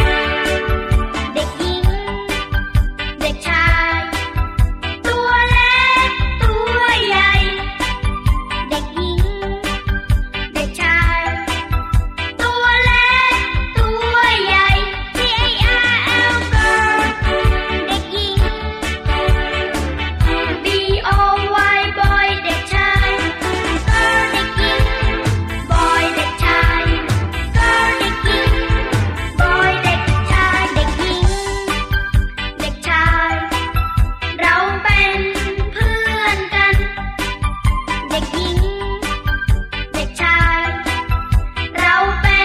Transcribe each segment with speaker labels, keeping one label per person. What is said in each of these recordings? Speaker 1: เด็กหญิง เด็กชาย ตัวเล็กตัวใหญ่ เด็กหญิง เด็กชาย ตัวเล็กตัวใหญ่ C A R L girl เด็กหญิง B O Y boy เด็กชาย girl เด็กหญิง boy เด็กชาย girl เด็กหญิง บอยเด็กชายเด็กหญิง เด็กชาย เราเป็นเพื่อนกัน เด็กหญิง เด็กชาย เราเป็น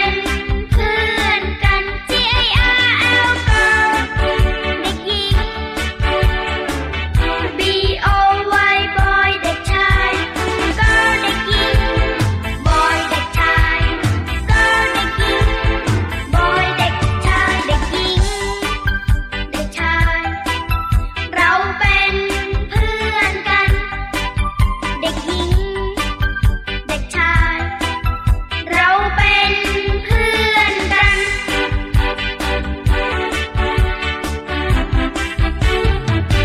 Speaker 1: เพื่อนกัน G A R L girl เด็กหญิง B O Y boy เด็กชาย girl เด็กหญิง boy เด็กชาย girl เด็กหญิง บอยเด็กชายเด็กหญิง เด็กชาย เราเป็นเพื่อนกัน เด็กหญิง เด็กชาย เราเป็นเพื่อนกัน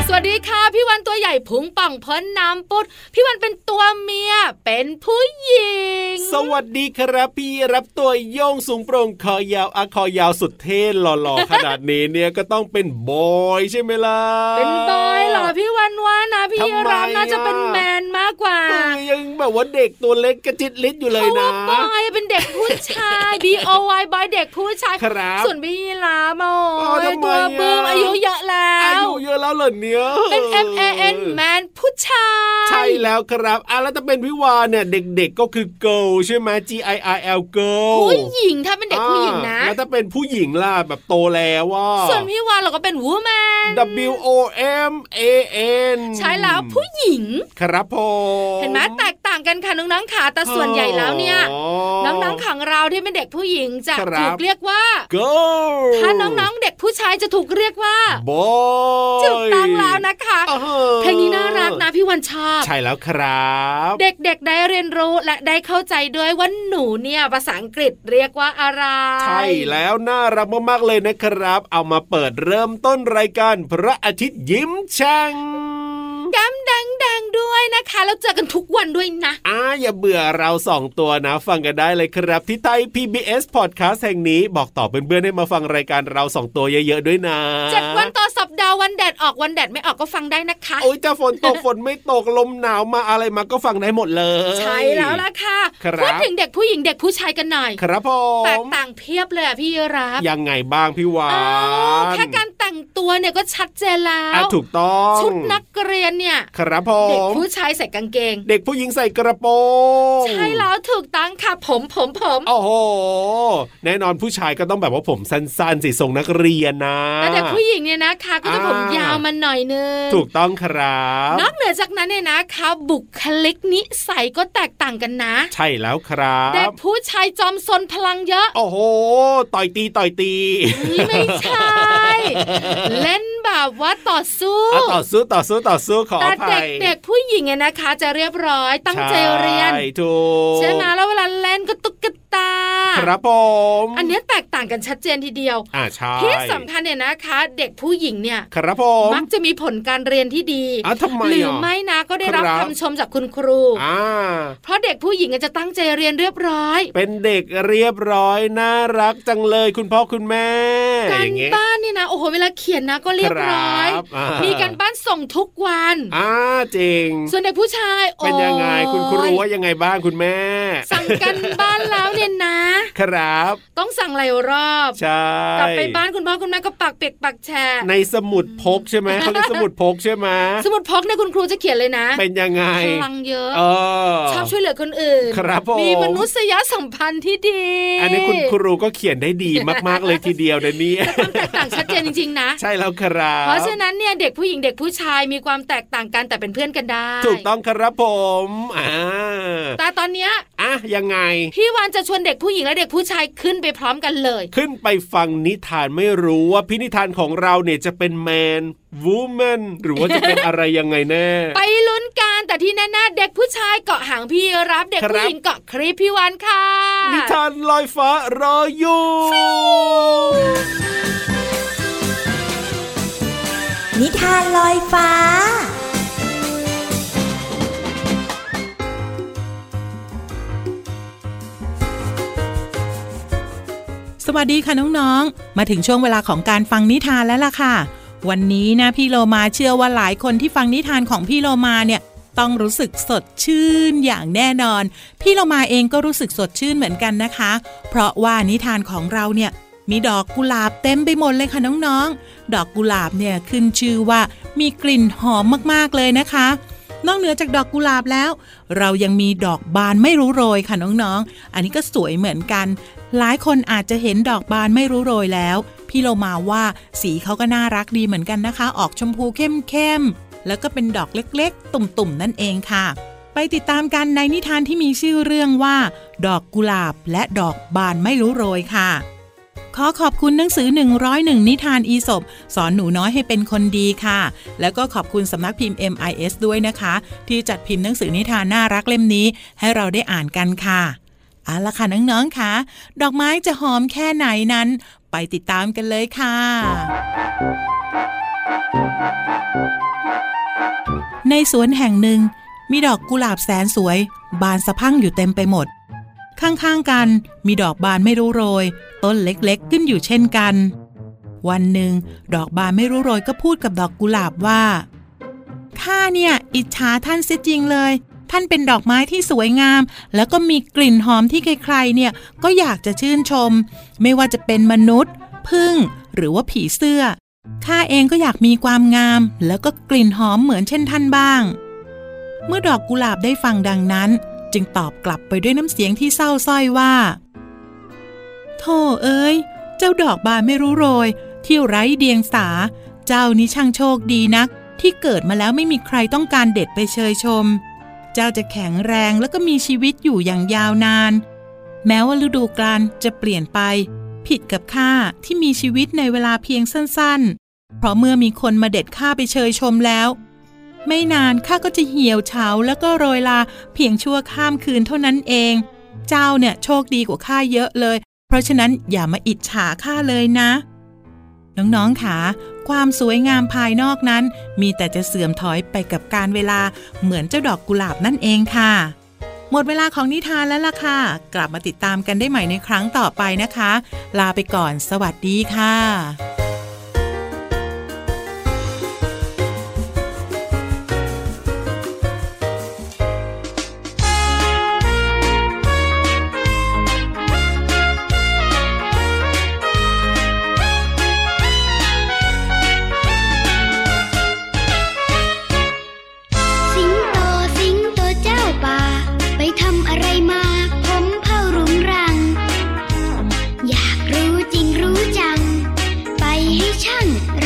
Speaker 2: สวัสดีค่ะ พี่วันตัวใหญ่พุงป่องพ้นน้ำปุด พี่วันเป็นตัวเมีย เป็นผู้หญิง
Speaker 3: สวัสดีครับ พี่รับตัวโยงสูงโปร่งคอยาวอะคอยาวสุดเท่หล่อๆ ขนาดนี้เนี่ยก็ต้องเป็นบอยใช่ไหมล่ะ
Speaker 2: เป็นบอยเหรอพี่วันว่านะพี่
Speaker 3: ทำไม
Speaker 2: รับน่าจะ
Speaker 3: อ่ะ
Speaker 2: เป็นแมนมากกว่า
Speaker 3: เออยังแบบว่าเด็กตัวเล็กกระจิตลิดอยู่เลยนะ
Speaker 2: พราว่าบอยเป็นเด็กผู้ชาย B O Y บอยเด็กผู้ชาย
Speaker 3: ครับ
Speaker 2: ส่วนพี่ลาโม
Speaker 3: อ๋อทำไม
Speaker 2: ตัว
Speaker 3: อ่ะ
Speaker 2: เบิ่มอายุเยอะแล้
Speaker 3: อาว ยุเยอะแล้วเหรอเนี่ย
Speaker 2: เป็น M A N แมนผู้ชาย
Speaker 3: ใช่แล้วครับอ่ะแล้วถ้าเป็นวิวาเนี่ยเด็กๆก็คือ girl ใช่ไหม G I R L girl
Speaker 2: ผู้หญิงถ้าเป็นเด็กผู้หญิงนะ
Speaker 3: อ่าแล้วถ้าเป็นผู้หญิงล่ะแบบโตแล้วว่า
Speaker 2: ส่วนพี่วานเราก็เป็นวูแมน
Speaker 3: W O M A N
Speaker 2: ใช่แล้วผู้หญิง
Speaker 3: ครับผม
Speaker 2: เห็นไหมแตกต่างกันค่ะน้องๆค่ะแต่ส่วนใหญ่แล้วเนี่ย น้องๆของเราที่เป็นเด็กผู้หญิงจะ
Speaker 3: ครับ
Speaker 2: ถูกเรียกว่า
Speaker 3: ๆ go
Speaker 2: ถ้าน้องๆเด็กผู้ชายจะถูกเรียกว่า
Speaker 3: บอย
Speaker 2: ถูกต้องแล้วนะคะ
Speaker 3: อ้าว
Speaker 2: เพลงนี้น่ารักนะพี่วันชอบ
Speaker 3: ใช่แล้วครับ
Speaker 2: เด็กๆได้เรียนรู้และได้เข้าใจด้วยว่าหนูเนี่ยภาษาอังกฤษเรียกว่าอะไร
Speaker 3: ใช่แล้วน่ารักมากๆเลยนะครับ เอามาเปิดเริ่มต้นรายการพระอาทิตย์ยิ้มแฉ่ง
Speaker 2: แก้มแดงๆด้วยนะคะ แล้วเจอกันทุกวันด้วยนะ
Speaker 3: อ่าอย่าเบื่อเราสองตัวนะ ฟังกันได้เลยครับ ที่ไทย PBS Podcast แห่งนี้บอกต่อเพื่อนๆให้มาฟังรายการเราสองตัวเยอะๆด้วยนะ
Speaker 2: เจ็ดวันต่อสัปดาห์วันแดดออกวันแดดไม่ออกก็ฟังได้นะคะ
Speaker 3: โอ้ยจะฝนตก ฝนไม่ตกลมหนาวมาอะไรมาก็ฟังได้หมดเลย
Speaker 2: ใช่แล้วล่ะค่ะ
Speaker 3: ครับ
Speaker 2: พูดถึงเด็กผู้หญิงเด็กผู้ชายกันหน่อย
Speaker 3: ครับผ
Speaker 2: แตก
Speaker 3: ม
Speaker 2: ต่างเพียบเลยอะพี่รับ
Speaker 3: ยังไงบ้างพี่วา
Speaker 2: อ้าน วแค่การแต่งตัวเนี่ยก็ชัดเจนแล้
Speaker 3: อ่ะ
Speaker 2: ว
Speaker 3: ถูกต้อง
Speaker 2: ชุดนักเรียนเนี่ย
Speaker 3: ครับผ
Speaker 2: เด็ก
Speaker 3: ม
Speaker 2: ผู้ชายใส่กางเกง
Speaker 3: เด็กผู้หญิงใส่กระโปรง
Speaker 2: ใช่แล้วถูกต้องค่ะผมผมผม
Speaker 3: โอ้โหแน่นอนผู้ชายก็ต้องแบบว่าผมสั้นๆสิทรงนักเรียนนะ
Speaker 2: แล้วแต่ผู้หญิงเนี่ยนะคะ ก็จะ
Speaker 3: อ่า
Speaker 2: ผมยาวมาหน่อยนึง
Speaker 3: ถูกต้องครับ
Speaker 2: นอกเหนือจากนั้นเนี่ยนะคะบุคลิกนิสัยก็แตกต่างกันนะ
Speaker 3: ใช่แล้วครั
Speaker 2: เด็ก
Speaker 3: บ
Speaker 2: ผู้ชายจอมซนพลังเยอะ
Speaker 3: โอ้โห ต่อยตีต่อยตี
Speaker 2: ไม่ใช่ เล่นแบบว่าต่อสู้
Speaker 3: อ่ะต่อสู้ต่อสู้ต่อสู้ขอ
Speaker 2: แต่
Speaker 3: อภัย
Speaker 2: เด็กๆผู้หญิงเนี่ยนะคะ จะเรียบร้อยตั้งใจเรียน
Speaker 3: ใช่ถูก
Speaker 2: ใช่ไหมแล้วเวลาเล่นก็ตุ๊กตา
Speaker 3: ครับผม
Speaker 2: อันเนี้ยแตกต่างกันชัดเจนทีเดียว
Speaker 3: อ่าใช่
Speaker 2: ที่สำคัญเนี่ยนะคะ เด็กผู้หญิงเนี่ย
Speaker 3: ครับผม
Speaker 2: มักจะมีผลการเรียนที่ดี
Speaker 3: อ่ะทำไมะ
Speaker 2: หรือไม่นะก็ได้รับ
Speaker 3: ครับ
Speaker 2: คำชมจากคุณครู
Speaker 3: อ่า
Speaker 2: เพราะเด็กผู้หญิงอาจจะตั้งใจเรียนเรียบร้อย
Speaker 3: เป็นเด็กเรียบร้อยน่ารักจังเลยคุณพ่อคุณแม่
Speaker 2: การ
Speaker 3: อย่างเงี้ย
Speaker 2: บ้านเนี่ยนะโอ้โหเวลาเขียนนะก็เรียบร้อย
Speaker 3: ครับอ่ามี
Speaker 2: มีการบ้านส่งทุกวัน
Speaker 3: อ่าจริง
Speaker 2: ส่วนเด็กผู้ชาย
Speaker 3: เป็นยังไง
Speaker 2: โอ้
Speaker 3: คุณครูว่ายังไงบ้างคุณแม่
Speaker 2: สั่ง กันบ้านแล้วเนี่ยนะ
Speaker 3: ครับ
Speaker 2: ต้องสั่งหลายรอบ
Speaker 3: ใช่
Speaker 2: กลับไปบ้านคุณพ่อคุณแม่ก็ปักเปียกปักแฉะ
Speaker 3: ในสมุดพกใช่ไหมเขาเรียกสมุดพกใช่ไหม
Speaker 2: สมุดพกเนี่ยคุณครูจะเขียนเลยนะ
Speaker 3: เป็นยังไง
Speaker 2: พลังเยอะ
Speaker 3: เออ
Speaker 2: ชอบช่วยเหลือคนอื่น
Speaker 3: ครับผม
Speaker 2: มีมนุษยสัมพันธ์ที่ดี
Speaker 3: อันนี้คุณครูก็เขียนได้ดีมากๆเลยทีเดียวนะ เนี่ย
Speaker 2: ความแตกต่างชัดเจนจริงๆนะ
Speaker 3: ใช่แล้วครับ
Speaker 2: เพราะฉะนั้นเนี่ยเด็กผู้หญิงเด็กผู้ชายมีความแตกต่างกันแต่เป็นเพื่อนกันได้
Speaker 3: ถูกต้องครับผมอ่า
Speaker 2: แต่ตอนเนี้ย
Speaker 3: อ่ะยังไง
Speaker 2: พี่วานจะชวนเด็กผู้หญิงและเด็กผู้ชายขึ้นไปพร้อมกันเลย
Speaker 3: ขึ้นไปฟังนิทานไม่รู้ว่าพินิทานของเราเนี่ยจะเป็นแมนวูแมนหรือว่าจะเป็นอะไรยังไงแน่
Speaker 2: ไปลุ้นกันแต่ที่แน่ๆเด็กผู้ชายเกาะหางพี่รับ เด็ก
Speaker 3: ครับ
Speaker 2: ผู้หญิงเกาะคลิปพี่วานค่ะ
Speaker 3: นิทานลอยฟ้ารออยู่
Speaker 4: นิทานลอยฟ้า
Speaker 5: สวัสดีค่ะน้องๆ มาถึงช่วงเวลาของการฟังนิทานแล้วล่ะค่ะ วันนี้นะพี่โลมาเชื่อว่าหลายคนที่ฟังนิทานของพี่โลมาเนี่ยต้องรู้สึกสดชื่นอย่างแน่นอน พี่โลมาเองก็รู้สึกสดชื่นเหมือนกันนะคะ เพราะว่านิทานของเราเนี่ยมีดอกกุหลาบเต็มไปหมดเลยค่ะน้องๆ ดอกกุหลาบเนี่ยขึ้นชื่อว่ามีกลิ่นหอมมากๆเลยนะคะ นอกเหนือจากดอกกุหลาบแล้ว เรายังมีดอกบานไม่รู้โรยค่ะน้องๆ อันนี้ก็สวยเหมือนกัน หลายคนอาจจะเห็นดอกบานไม่รู้โรยแล้ว พี่โลมาว่าสีเขาก็น่ารักดีเหมือนกันนะคะ ออกชมพูเข้มๆ แล้วก็เป็นดอกเล็กๆ ตุ่มๆ นั่นเองค่ะ ไปติดตามกันในนิทานที่มีชื่อเรื่องว่า ดอกกุหลาบและดอกบานไม่รู้โรยค่ะ ขอขอบคุณหนังสือ 101 นิทานอีสบสอนหนูน้อยให้เป็นคนดีค่ะ แล้วก็ขอบคุณสำนักพิมพ์ MIS ด้วยนะคะ ที่จัดพิมพ์หนังสือนิทานน่ารักเล่มนี้ ให้เราได้อ่านกันค่ะเอาละค่ะน้องๆค่ะ ดอกไม้จะหอมแค่ไหนนั้น ไปติดตามกันเลยค่ะ ในสวนแห่งหนึ่ง มีดอกกุหลาบแสนสวย บานสะพรั่งอยู่เต็มไปหมด ข้างๆกันมีดอกบานไม่รู้โรย ต้นเล็กๆ ขึ้นอยู่เช่นกัน วันหนึ่ง ดอกบานไม่รู้โรยก็พูดกับดอกกุหลาบว่าข้าเนี่ย อิจฉาท่านเสียจริงเลย ท่านเป็นดอกไม้ที่สวยงาม แล้วก็มีกลิ่นหอมที่ใครๆ เนี่ยก็อยากจะชื่นชม ไม่ว่าจะเป็นมนุษย์พึ่งหรือว่าผีเสื้อข้าเองก็อยากมีความงาม แล้วก็กลิ่นหอมเหมือนเช่นท่านบ้าง เมื่อดอกกุหลาบได้ฟังดังนั้น จึงตอบกลับไปด้วยน้ำเสียงที่เศร้าสร้อยว่าโธ่เอ้ย เจ้าดอกบานไม่รู้โรย ที่ไร้เดียงสา เจ้านี้ช่างโชคดีนัก ที่เกิดมาแล้วไม่มีใครต้องการเด็ดไปเชยชม เจ้าจะแข็งแรงแล้วก็มีชีวิตอยู่อย่างยาวนาน แม้ว่าฤดูกาลจะเปลี่ยนไป ผิดกับข้าที่มีชีวิตในเวลาเพียงสั้นๆ เพราะเมื่อมีคนมาเด็ดข้าไปเชยชมแล้ว ไม่นานข้าก็จะเหี่ยวเฉาแล้วก็โรยลาเพียงชั่วข้ามคืนเท่านั้นเอง เจ้าเนี่ยโชคดีกว่าข้าเยอะเลย เพราะฉะนั้นอย่ามาอิจฉาข้าเลยนะ น้องๆค่ะความสวยงามภายนอกนั้น มีแต่จะเสื่อมถอยไปกับการเวลาเหมือนเจ้าดอกกุหลาบนั่นเองค่ะ หมดเวลาของนิทานแล้วล่ะค่ะ กลับมาติดตามกันได้ใหม่ในครั้งต่อไปนะคะ ลาไปก่อน สวัสดีค่ะ
Speaker 1: สิงโตสิงโตเจ้าป่า ไปทำอะไรมา ผมเผารุงรัง อยากรู้จริงรู้จัง ไป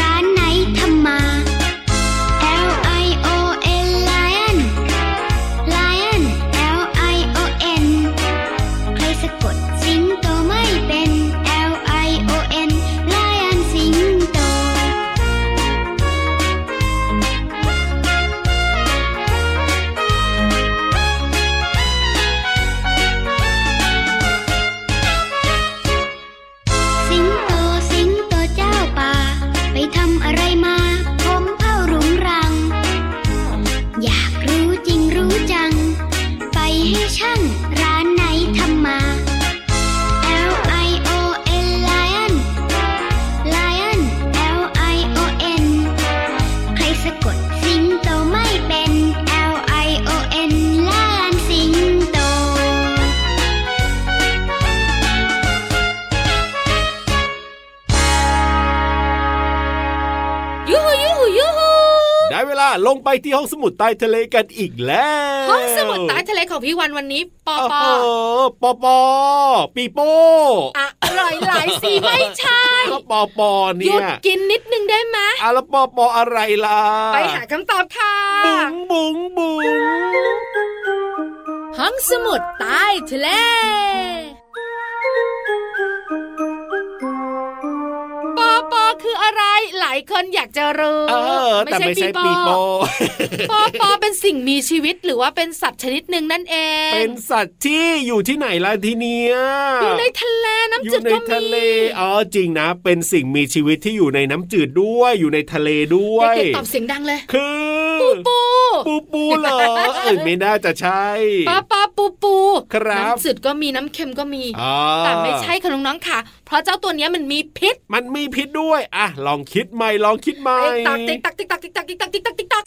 Speaker 3: ลงไปที่ห้องสมุดใต้ทะเลกันอีกแล้ว
Speaker 2: ห้องสมุดใต้ทะเลของพี่วันวันนี้ปอป
Speaker 3: โอ้
Speaker 2: อ
Speaker 3: โหปอปอปีโป้
Speaker 2: อร่อยหลายสีไม่ใช่
Speaker 3: ก็ปอปอ
Speaker 2: หยุ
Speaker 3: เนี่
Speaker 2: ด
Speaker 3: ย
Speaker 2: กินนิดนึงได้ไหม
Speaker 3: อะแล้วปอปออะไรล่ะ
Speaker 2: ไปหาคำตอบค่ะ
Speaker 3: บุ๋งบุ๋งบุ๋ง
Speaker 2: ห้องสมุดใต้ทะเลปอปอคืออะไร หลายคนอยากจะรู้
Speaker 3: เออแต่ไม่ใช่ปีโป้
Speaker 2: ปอปอเป็นสิ่งมีชีวิตหรือว่าเป็นสัตว์ชนิดหนึ่งนั่นเอง
Speaker 3: เป็นสัตว์ที่อยู่ที่ไหนล่ะทีเนี้ย
Speaker 2: อยู่ในทะเลน้ำ
Speaker 3: อ
Speaker 2: จื
Speaker 3: ยู่
Speaker 2: ด
Speaker 3: ใน
Speaker 2: ก็
Speaker 3: ทะเล
Speaker 2: มี
Speaker 3: อ๋อจริงนะ เป็นสิ่งมีชีวิตที่อยู่ในน้ำจืดด้วย อยู่ในทะเลด้วย
Speaker 2: เด็กๆตอบเสียงดังเลย
Speaker 3: คือ
Speaker 2: ปูปู
Speaker 3: ปูปูเหรอเอ้ยไม่น่าจะใช่
Speaker 2: ปอปอปูปู
Speaker 3: ครับ
Speaker 2: น้ำจืดก็มีน้ำเค็มก็มี
Speaker 3: อ๋อ
Speaker 2: แต่ไม่ใช่ค่ะน้องๆค่ะ เพราะเจ้าตัวเนี้ยมันมีพิษ
Speaker 3: มันมีพิษด้วย อ่ะ ลองคิดใหม่ ลองคิดใหม่
Speaker 2: ตักติ๊กตักติ๊กตักติ๊กตักติ๊กตักติ๊กตักติ๊กตัก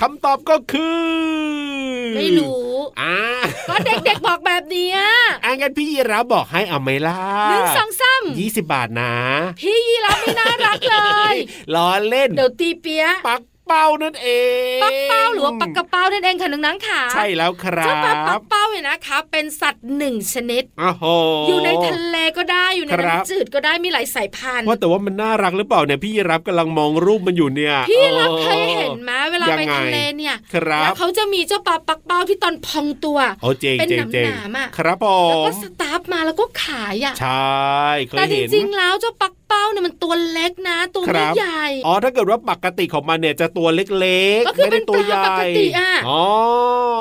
Speaker 3: คำตอบก็คือ
Speaker 2: ไม่รู้
Speaker 3: อ่ะ
Speaker 2: ก็เด็กๆ บอกแบบเนี้ย
Speaker 3: อ่ะงั้นพี่ยีรับบอกให้เอาไหมล่ะ
Speaker 2: หนึ่งสองสาม
Speaker 3: ยี่สิบบาทนะ
Speaker 2: พี่ยีรับไม่น่ารักเลย
Speaker 3: ล้อเล่น
Speaker 2: เดี๋ยวตีเปียะ
Speaker 3: ปักเป้านั่นเอง
Speaker 2: ปักเป้าหรือว่าปักกระเป้านั่นเองค่ะน้องนังขา
Speaker 3: ใช่แล้วครั
Speaker 2: เจ้าปลาปั
Speaker 3: บ
Speaker 2: กเป้าเนี่ยนะคะ เป็นสัตว์หนึ่งชนิด
Speaker 3: โอ้โห
Speaker 2: อยู่ในทะเลก็ได้อยู่ใน
Speaker 3: ครับ
Speaker 2: น้ำจืดก็ได้มีหลายสายพันธุ์
Speaker 3: ว่าแต่ว่ามันน่ารักหรือเปล่าเนี่ยพี่ยีรับกำลังมองรูปมันอยู่เนี่ย
Speaker 2: พี่รับ
Speaker 3: โอ้
Speaker 2: เคยเห็นไหมเวลาไป
Speaker 3: ยังไง
Speaker 2: ทะเลเนี่ย
Speaker 3: ครับ
Speaker 2: แล้วเขาจะมีเจ้าปลาปักเป้าที่ตอนพองตัว
Speaker 3: โอ้เจ๋ง
Speaker 2: เป็น
Speaker 3: เจ๋ง
Speaker 2: ห
Speaker 3: เจ๋ง
Speaker 2: นามๆอะ
Speaker 3: ครับผ
Speaker 2: แล้ว
Speaker 3: ม
Speaker 2: ก็สตาร์ฟมาแล้วก็ขายอ่ะ
Speaker 3: ใช่เค
Speaker 2: แต่
Speaker 3: ย
Speaker 2: จ
Speaker 3: เห็น
Speaker 2: ริงๆแล้วเจ้าปักเป้าเนี่ยมันตัวเล็กนะ ตัว
Speaker 3: ครั
Speaker 2: ไม่
Speaker 3: บ
Speaker 2: ใหญ่
Speaker 3: อ๋อถ้าเกิดว่าปกติของมันเนี่ยจะตัวเล็กๆ
Speaker 2: ก็คือ
Speaker 3: ไม่ได้ตัวใหญ่
Speaker 2: เป็นปลาปกติอะ
Speaker 3: อ๋อ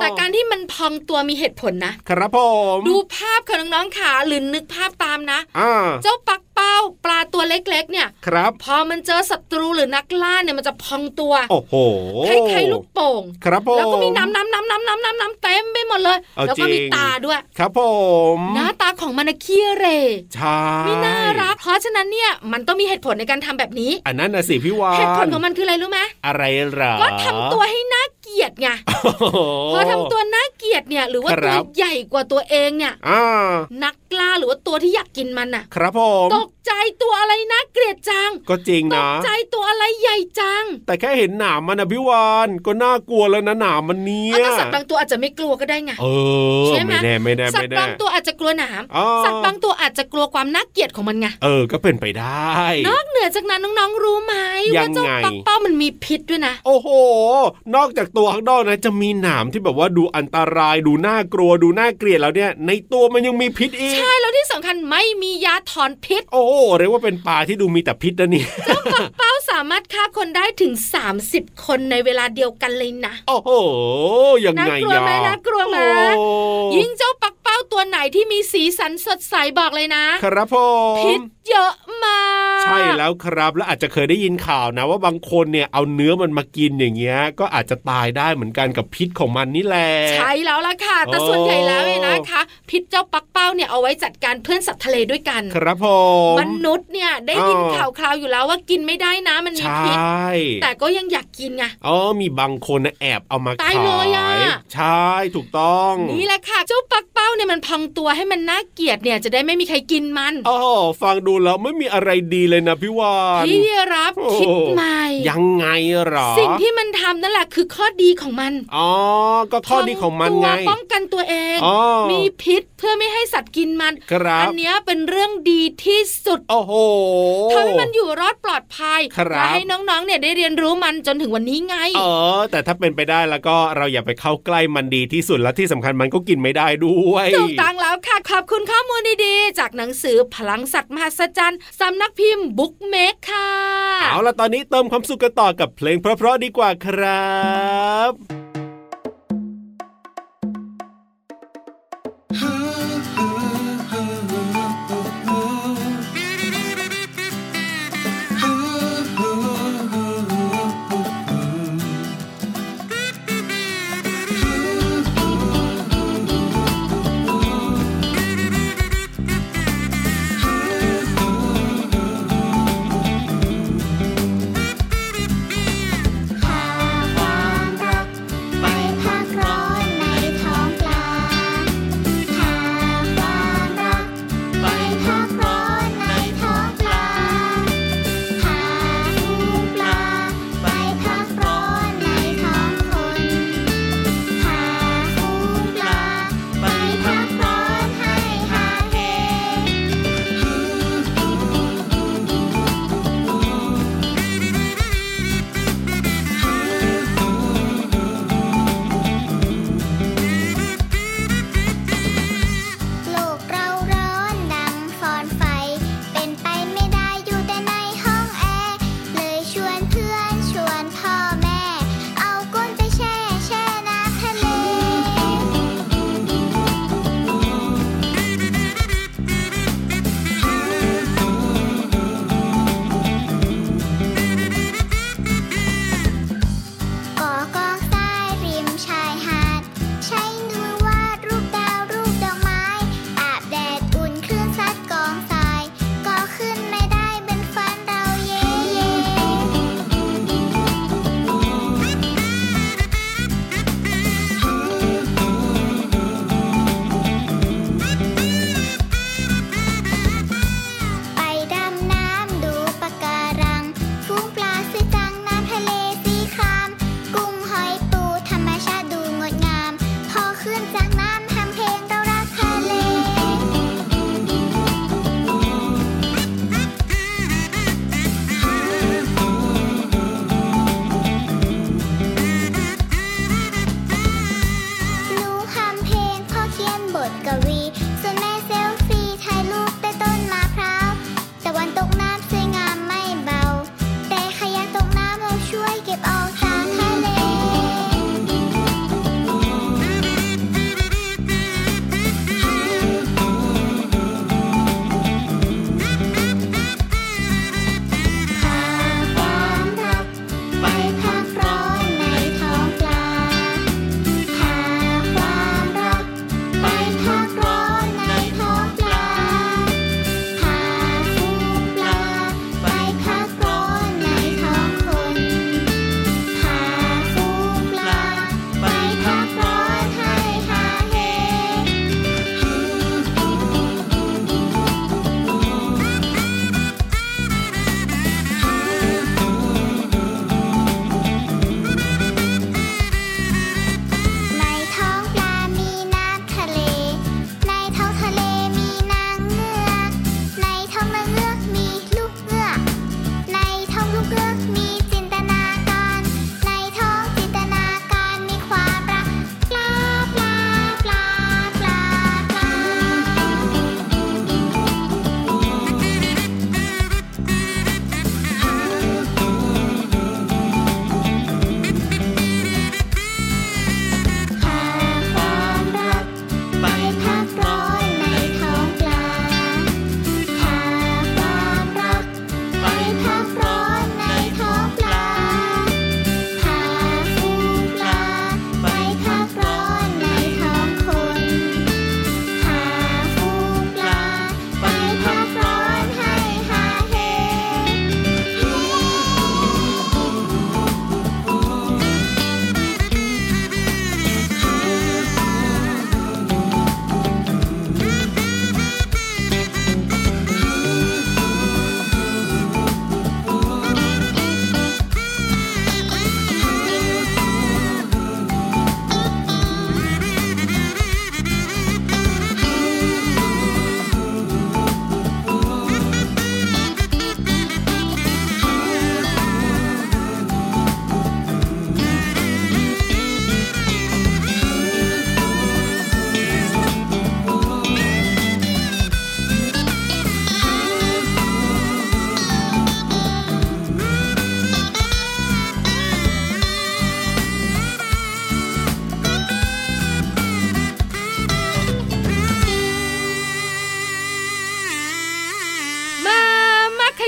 Speaker 2: แต่การที่มันพองตัวมีเหตุผลนะ
Speaker 3: ครับผม
Speaker 2: ดูภาพค่ะน้องๆค่ะหรือนึกภาพตามนะ
Speaker 3: อ่า
Speaker 2: เจ้าปักเป้าปลาตัวเล็กๆ เนี่ย
Speaker 3: ครับ
Speaker 2: พอมันเจอศัตรูหรือนักล่าเนี่ยมันจะพองตัว
Speaker 3: โอ้โห
Speaker 2: คล้ายๆลูกโป่ง
Speaker 3: ครับผม
Speaker 2: แล้วก็มีน้ำน้ำน้ำน้ำน้ำน้ำน้ำเต็มไปหมดเลย
Speaker 3: เอา
Speaker 2: แล้วก็มี
Speaker 3: จริง
Speaker 2: ตาด้วย
Speaker 3: ครับผม
Speaker 2: หน้าตาของมันนะขี้เหร
Speaker 3: ใช่
Speaker 2: ไม่น่ารัก เพราะฉะนั้นเนี่ยมันต้องมีเหตุผลในการทำแบบนี้
Speaker 3: อันนั้นนะสิพี่วาน
Speaker 2: เหตุผลของมันคืออะไรรู้ไหม
Speaker 3: อะไรเหรอ
Speaker 2: ก็ทำตัวให้น่าเกลียดไง
Speaker 3: โอ้โห
Speaker 2: พอทำตัวน่าเกลียดเนี่ยหรือว่า
Speaker 3: ครั
Speaker 2: ตัว
Speaker 3: บ
Speaker 2: ใหญ่กว่าตัวเองเนี่ย
Speaker 3: อ่า
Speaker 2: นักล่าหรือว่าตัวที่อยากกินมันน่ะ
Speaker 3: ครับผม
Speaker 2: ตกใจตัวอะไรนะเกลียดจัง
Speaker 3: ก็จริง
Speaker 2: ตก
Speaker 3: นะ
Speaker 2: ใจตัวอะไรใหญ่จัง
Speaker 3: แต่แค่เห็นหนามมันนะพี่วานก็น่ากลัวแล้วนะหนามมันเนี้ย
Speaker 2: อาจจะสัตว์บางตัวอาจจะไม่กลัวก็ได้ไง
Speaker 3: เออ
Speaker 2: ใช่ไหม
Speaker 3: ไม่แน่ไม่แน่
Speaker 2: สัต
Speaker 3: ไม่
Speaker 2: ว์
Speaker 3: แน่
Speaker 2: บางตัวอาจจะกลัวหนาม
Speaker 3: อ๋อ
Speaker 2: สัตว์บางตัวอาจจะกลัวความน่าเกลียดของมันไง
Speaker 3: เออก็เป็นไปได้
Speaker 2: นอกเหนือจากนั้นน้องๆรู้ไหมว่าเจ้าปักเป้ามันมีพิษด้วยนะ
Speaker 3: โอ้โห นอกจากตัวข้างนอกนะจะมีหนามที่แบบว่าดูอันตรายดูน่ากลัวดูน่าเกลียดแล้วเนี่ย ในตัวมันยังมีพิษอีก
Speaker 2: ใช่แล้วที่สำคัญไม่มียาถอนพิษ
Speaker 3: โอ้โหเรียกว่าเป็นปลาที่ดูมีแต่พิษนะเนี่ย
Speaker 2: ปักเป้าสามารถฆ่าคนได้ถึง 30 คนในเวลาเดียวกันเลยนะ
Speaker 3: โอ้โหยังไง
Speaker 2: น่ากลัวย
Speaker 3: า
Speaker 2: ไหมน่ากลัวไหม
Speaker 3: โอ้
Speaker 2: ยิ่งเจ้าปักเป้าตัวไหนที่มีสีสันสดใสบอกเลยนะ
Speaker 3: ครับผ
Speaker 2: พิ
Speaker 3: ม
Speaker 2: ษเยอะมาก
Speaker 3: ใช่แล้วครับแล้วอาจจะเคยได้ยินข่าวนะ ว่าบางคนเนี่ยเอาเนื้อมันมากินอย่างเงี้ย ก็อาจจะตายได้เหมือนกันกับพิษของมันนี่แหละ
Speaker 2: ใช่แล้วล่ะค่ะ แต่
Speaker 3: โอ้
Speaker 2: ส่วนใหญ่แล้วเนี่ยนะคะ พิษเจ้าปักเป้าเนี่ยเอาไว้จัดการเพื่อนสัตว์ทะเลด้วยกัน
Speaker 3: ครับผม
Speaker 2: มนุษย์เนี่ยได้ยิน
Speaker 3: อ๋อ
Speaker 2: ข่าวคราวอยู่แล้วว่ากินไม่ได้นะมัน
Speaker 3: ใช
Speaker 2: มีพิษ
Speaker 3: ่
Speaker 2: แต่ก็ยังอยากกินไง
Speaker 3: อ๋อมีบางคนนะแอบเอามา
Speaker 2: ตาย
Speaker 3: ขา
Speaker 2: เลยอะ
Speaker 3: ยใช่ถูกต้อง
Speaker 2: นี่แหละค่ะ เจ้าปักเป้าเนี่ยมันพองตัวให้มันน่าเกลียดเนี่ยจะได้ไม่มีใครกินมัน
Speaker 3: อ๋อฟังดูแล้วไม่มีอะไรดีเลยนะพี่วาน
Speaker 2: พี่รับ
Speaker 3: โอ้
Speaker 2: คิดใหม่
Speaker 3: ยังไงเหรอ
Speaker 2: สิ่งที่มันทำนั่นแหละคือข้อดีของมัน
Speaker 3: อ๋อก็ข้อดีของมันไง
Speaker 2: ทำตัวป้องกันตัวเอง
Speaker 3: อ๋อ
Speaker 2: มีพิษเพื่อไม่ให้สัตว์กินมัน
Speaker 3: ครับ
Speaker 2: อันเนี้ยเป็นเรื่องดีที่สุด
Speaker 3: โอ้โห
Speaker 2: ทำให้มันอยู่รอดปลอดภัย
Speaker 3: ครับ
Speaker 2: และให้น้องๆ เนี่ยได้เรียนรู้มันจนถึงวันนี้ไง
Speaker 3: เออแต่ถ้าเป็นไปได้แล้วก็เราอย่าไปเข้าใกล้มันดีที่สุดและที่สำคัญมันก็กินไม่ได้ด้วย
Speaker 2: ถูกต้องแล้วค่ะ ขอบคุณข้อมูลดีๆ จากหนังสือพลังสัตว์มหัศจรรย์สำนักพิมพ์บุ๊กเมกค่ะ
Speaker 3: เอาล่ะตอนนี้เติมความสุขกันต่อกับเพลงเพราะๆดีกว่าครับ
Speaker 1: ความรัก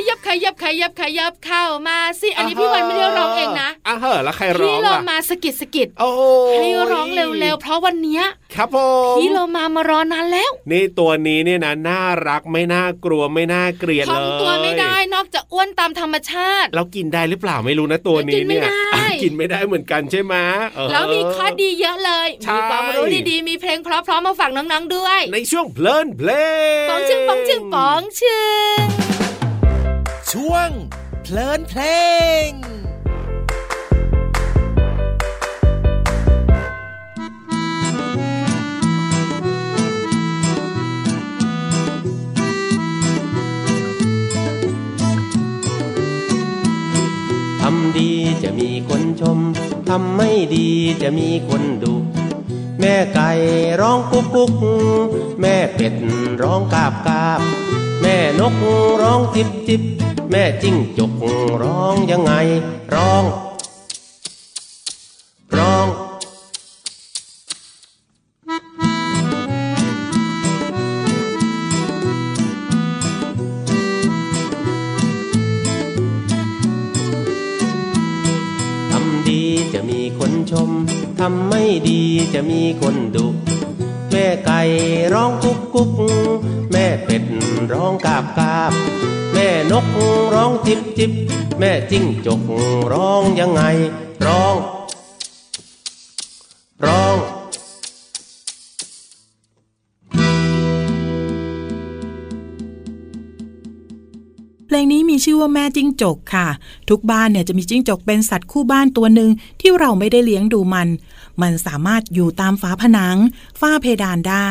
Speaker 2: ยับขยับขยับขยับเข้ามาสิอันนี้พี่วันไม่ได้ร้องเองนะ
Speaker 6: อ่ะเหรอแล้วใครร้
Speaker 2: พี่
Speaker 6: อง
Speaker 2: โล
Speaker 6: ล่ะ
Speaker 2: มาสะกิดสะกิด
Speaker 6: โอ้
Speaker 2: ให้ร้องเร็วๆเพราะวันเนี้ย
Speaker 6: ๆครับผม
Speaker 2: พี่โลมามารอนานแล้ว
Speaker 6: นี่ตัวนี้เนี่ยนะน่ารักไม่น่ากลัวไม่น่าเกลียด
Speaker 2: ท
Speaker 6: เลย
Speaker 2: ำตัวไม่ได้นอกจากอ้วนตามธรรมชาติ
Speaker 6: แล้วกินได้หรือเปล่าไม่รู้นะตัวนี้เนี่ย
Speaker 2: กินไม่ได้
Speaker 6: กินไม่ได้เหมือนกันใช่ไหมเออ
Speaker 2: แล้วมีข้อดีเยอะเลย
Speaker 6: ใช่
Speaker 2: มีความรู้ดีๆ มีเพลงเพราะๆมาฝากน้องๆด้วย
Speaker 6: ในช่วงเพลินเพลง
Speaker 2: ป๋องชิงป๋องชิงป๋องชิง
Speaker 7: ช่วงเพลินเพลง
Speaker 3: ทำดีจะมีคนชม ทำไม่ดีจะมีคนดุ แม่ไก่ร้องกุ๊กกุ๊ก แม่เป็ดร้องกาบกาบ แม่นกร้องจิบจิบ แม่จิ้งจกร้องยังไง ร้อง ร้อง ทำดีจะมีคนชม ทำไม่ดีจะมีคนดุ แม่ไก่ร้องกุ๊กกุ๊ก แม่เป็ดร้องกาบกาบ แม่นกร้องจิบจิบ แม่จิ้งจกร้องยังไง ร้อง ร้อง
Speaker 5: เพลงนี้มีชื่อว่าแม่จิ้งจกค่ะ ทุกบ้านเนี่ยจะมีจิ้งจกเป็นสัตว์คู่บ้านตัวหนึ่งที่เราไม่ได้เลี้ยงดูมัน มันสามารถอยู่ตามฝาผนัง ฝ้าเพดานได้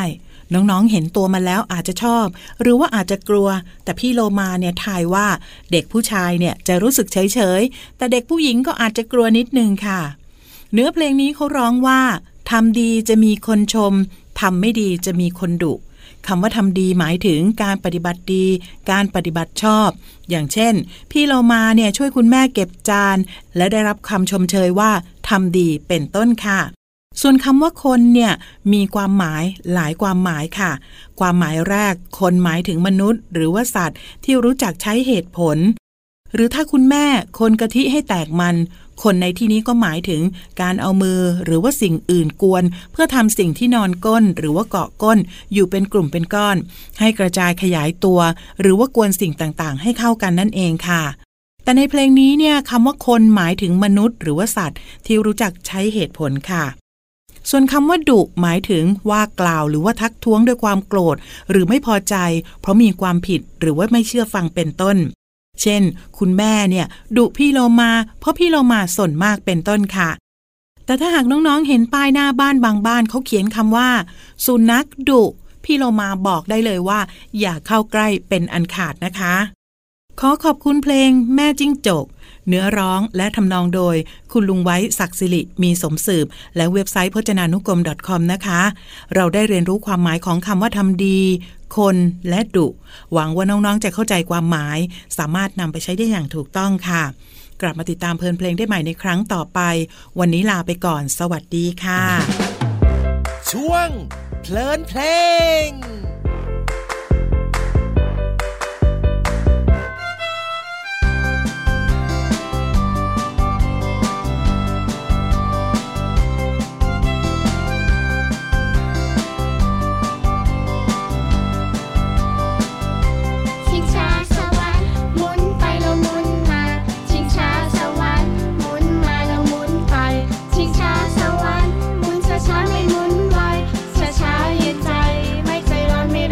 Speaker 5: น้องๆเห็นตัวมันแล้วอาจจะชอบ หรือว่าอาจจะกลัว แต่พี่โลมาเนี่ยทายว่าเด็กผู้ชายเนี่ยจะรู้สึกเฉยๆ แต่เด็กผู้หญิงก็อาจจะกลัวนิดนึงค่ะ เนื้อเพลงนี้เขาร้องว่าทำดีจะมีคนชมทำไม่ดีจะมีคนดุคำว่าทำดีหมายถึงการปฏิบัติดี การปฏิบัติชอบ อย่างเช่น พี่เรามาเนี่ยช่วยคุณแม่เก็บจาน และได้รับคำชมเชยว่าทำดีเป็นต้นค่ะ ส่วนคำว่าคนเนี่ยมีความหมายหลายความหมายค่ะ ความหมายแรก คนหมายถึงมนุษย์ หรือว่าสัตว์ ที่รู้จักใช้เหตุผล หรือถ้าคุณแม่คนกะทิให้แตกมัน คนในที่นี้ก็หมายถึงการเอามือหรือว่าสิ่งอื่นกวน เพื่อทำสิ่งที่นอนก้น หรือว่าเกาะก้น อยู่เป็นกลุ่มเป็นก้อน ให้กระจายขยายตัว หรือว่ากวนสิ่งต่างๆ ให้เข้ากันนั่นเองค่ะ แต่ในเพลงนี้เนี่ยคำว่าคนหมายถึงมนุษย์ หรือว่าสัตว์ ที่รู้จักใช้เหตุผลค่ะ ส่วนคำว่าดุหมายถึงว่ากล่าวหรือว่าทักท้วงด้วยความโกรธ หรือไม่พอใจ เพราะมีความผิดหรือว่าไม่เชื่อฟังเป็นต้น เช่น คุณแม่เนี่ยดุพี่โลมา เพราะพี่โลมาสนมากเป็นต้นค่ะ แต่ถ้าหากน้องๆเห็นป้ายหน้าบ้านบางบ้านเขาเขียนคำว่า สุนัขดุ พี่โลมาบอกได้เลยว่า อย่าเข้าใกล้เป็นอันขาดนะคะ ขอขอบคุณเพลงแม่จิ้งจก เนื้อร้องและทำนองโดย คุณลุงไว้ศักดิ์สิริมีสมสืบ และเว็บไซต์พจนานุกรม .com นะคะ เราได้เรียนรู้ความหมายของคำว่าทำดี คนและดุ หวังว่าน้องๆจะเข้าใจความหมาย สามารถนำไปใช้ได้อย่างถูกต้องค่ะ กลับมาติดตามเพลินเพลงได้ใหม่ในครั้งต่อไป วันนี้ลาไปก่อน สวัสดีค่ะ
Speaker 7: ช่วงเพลินเพลง
Speaker 8: ชิงช้าสวรรค์หมุนไปแล้วหมุนมา ชิงช้าสวรรค์หมุนมาแล้วหมุนไป ชิงช้าสวรรค์หมุนช้าช้าๆไม่หมุนไวช้าช้าๆเย็นใจไม่ใจร้อนไม่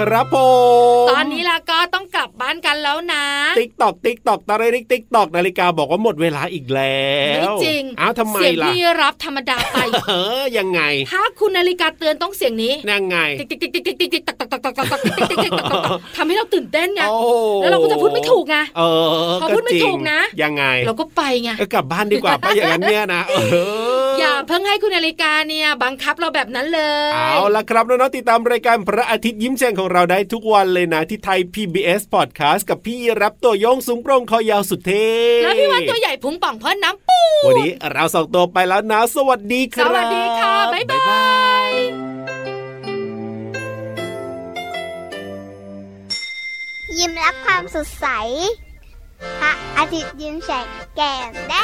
Speaker 3: ครับผม
Speaker 2: ตอนนี้ละก็ต้องกลับบ้านกันแล้วนะ
Speaker 3: ติ๊กตอกติ๊กตอกตะเรติ๊กติ๊กตอกนาฬิกาบอกว่าหมดเวลาอีกแล้ว
Speaker 2: ไม่จริง
Speaker 3: อ้าวทำไม
Speaker 2: เสียง
Speaker 3: ล่ะ
Speaker 2: ที่รับธรรมดาไป
Speaker 3: เออยังไง
Speaker 2: ถ้าคุณนาฬิกาเตือนต้องเสียงนี้
Speaker 3: ยังไง
Speaker 2: ติ๊กติ๊กติ๊กติ๊กติ๊กติ๊กตักตักตักตักตักตักติ๊กติ๊กติ๊กตักตักทำให้เราตื่นเต้นไง
Speaker 3: โอ้
Speaker 2: แล้วเราก็จะพูดไม่ถูกไง
Speaker 3: เออ
Speaker 2: พอพูดไม่
Speaker 3: จริง
Speaker 2: ถูกนะ
Speaker 3: ยังไง
Speaker 2: เราก็ไปไง
Speaker 3: เออกลับบ้านดีกว่า ไปอย่างนั้นเนี่ยนะเออ
Speaker 2: อย่าเพิ่งให้คุณนาฬิกาเนี่ยบังคับเราแบบนั้นเลย
Speaker 3: เอาละครับน้องๆติดตามรายการพระอาทิตย์ยิ้มแฉ่งของเราได้ทุกวันเลยนะ ที่ไทย PBS Podcast กับพี่รับตัวโยงสูงโปร่งคอยาวสุดเท่
Speaker 2: แล้วพี่วันตัวใหญ่พุงป่องเพราะน้ำปู
Speaker 3: วันนี้เราสองตัวไปแล้วนะ สวัสดีค
Speaker 2: ส
Speaker 3: รับ
Speaker 2: วัสดีค่ะ บ๊ายบาย
Speaker 1: ยิ้มรับความสดใส พระอาทิตย์ยิ้มแฉกแก้มแดง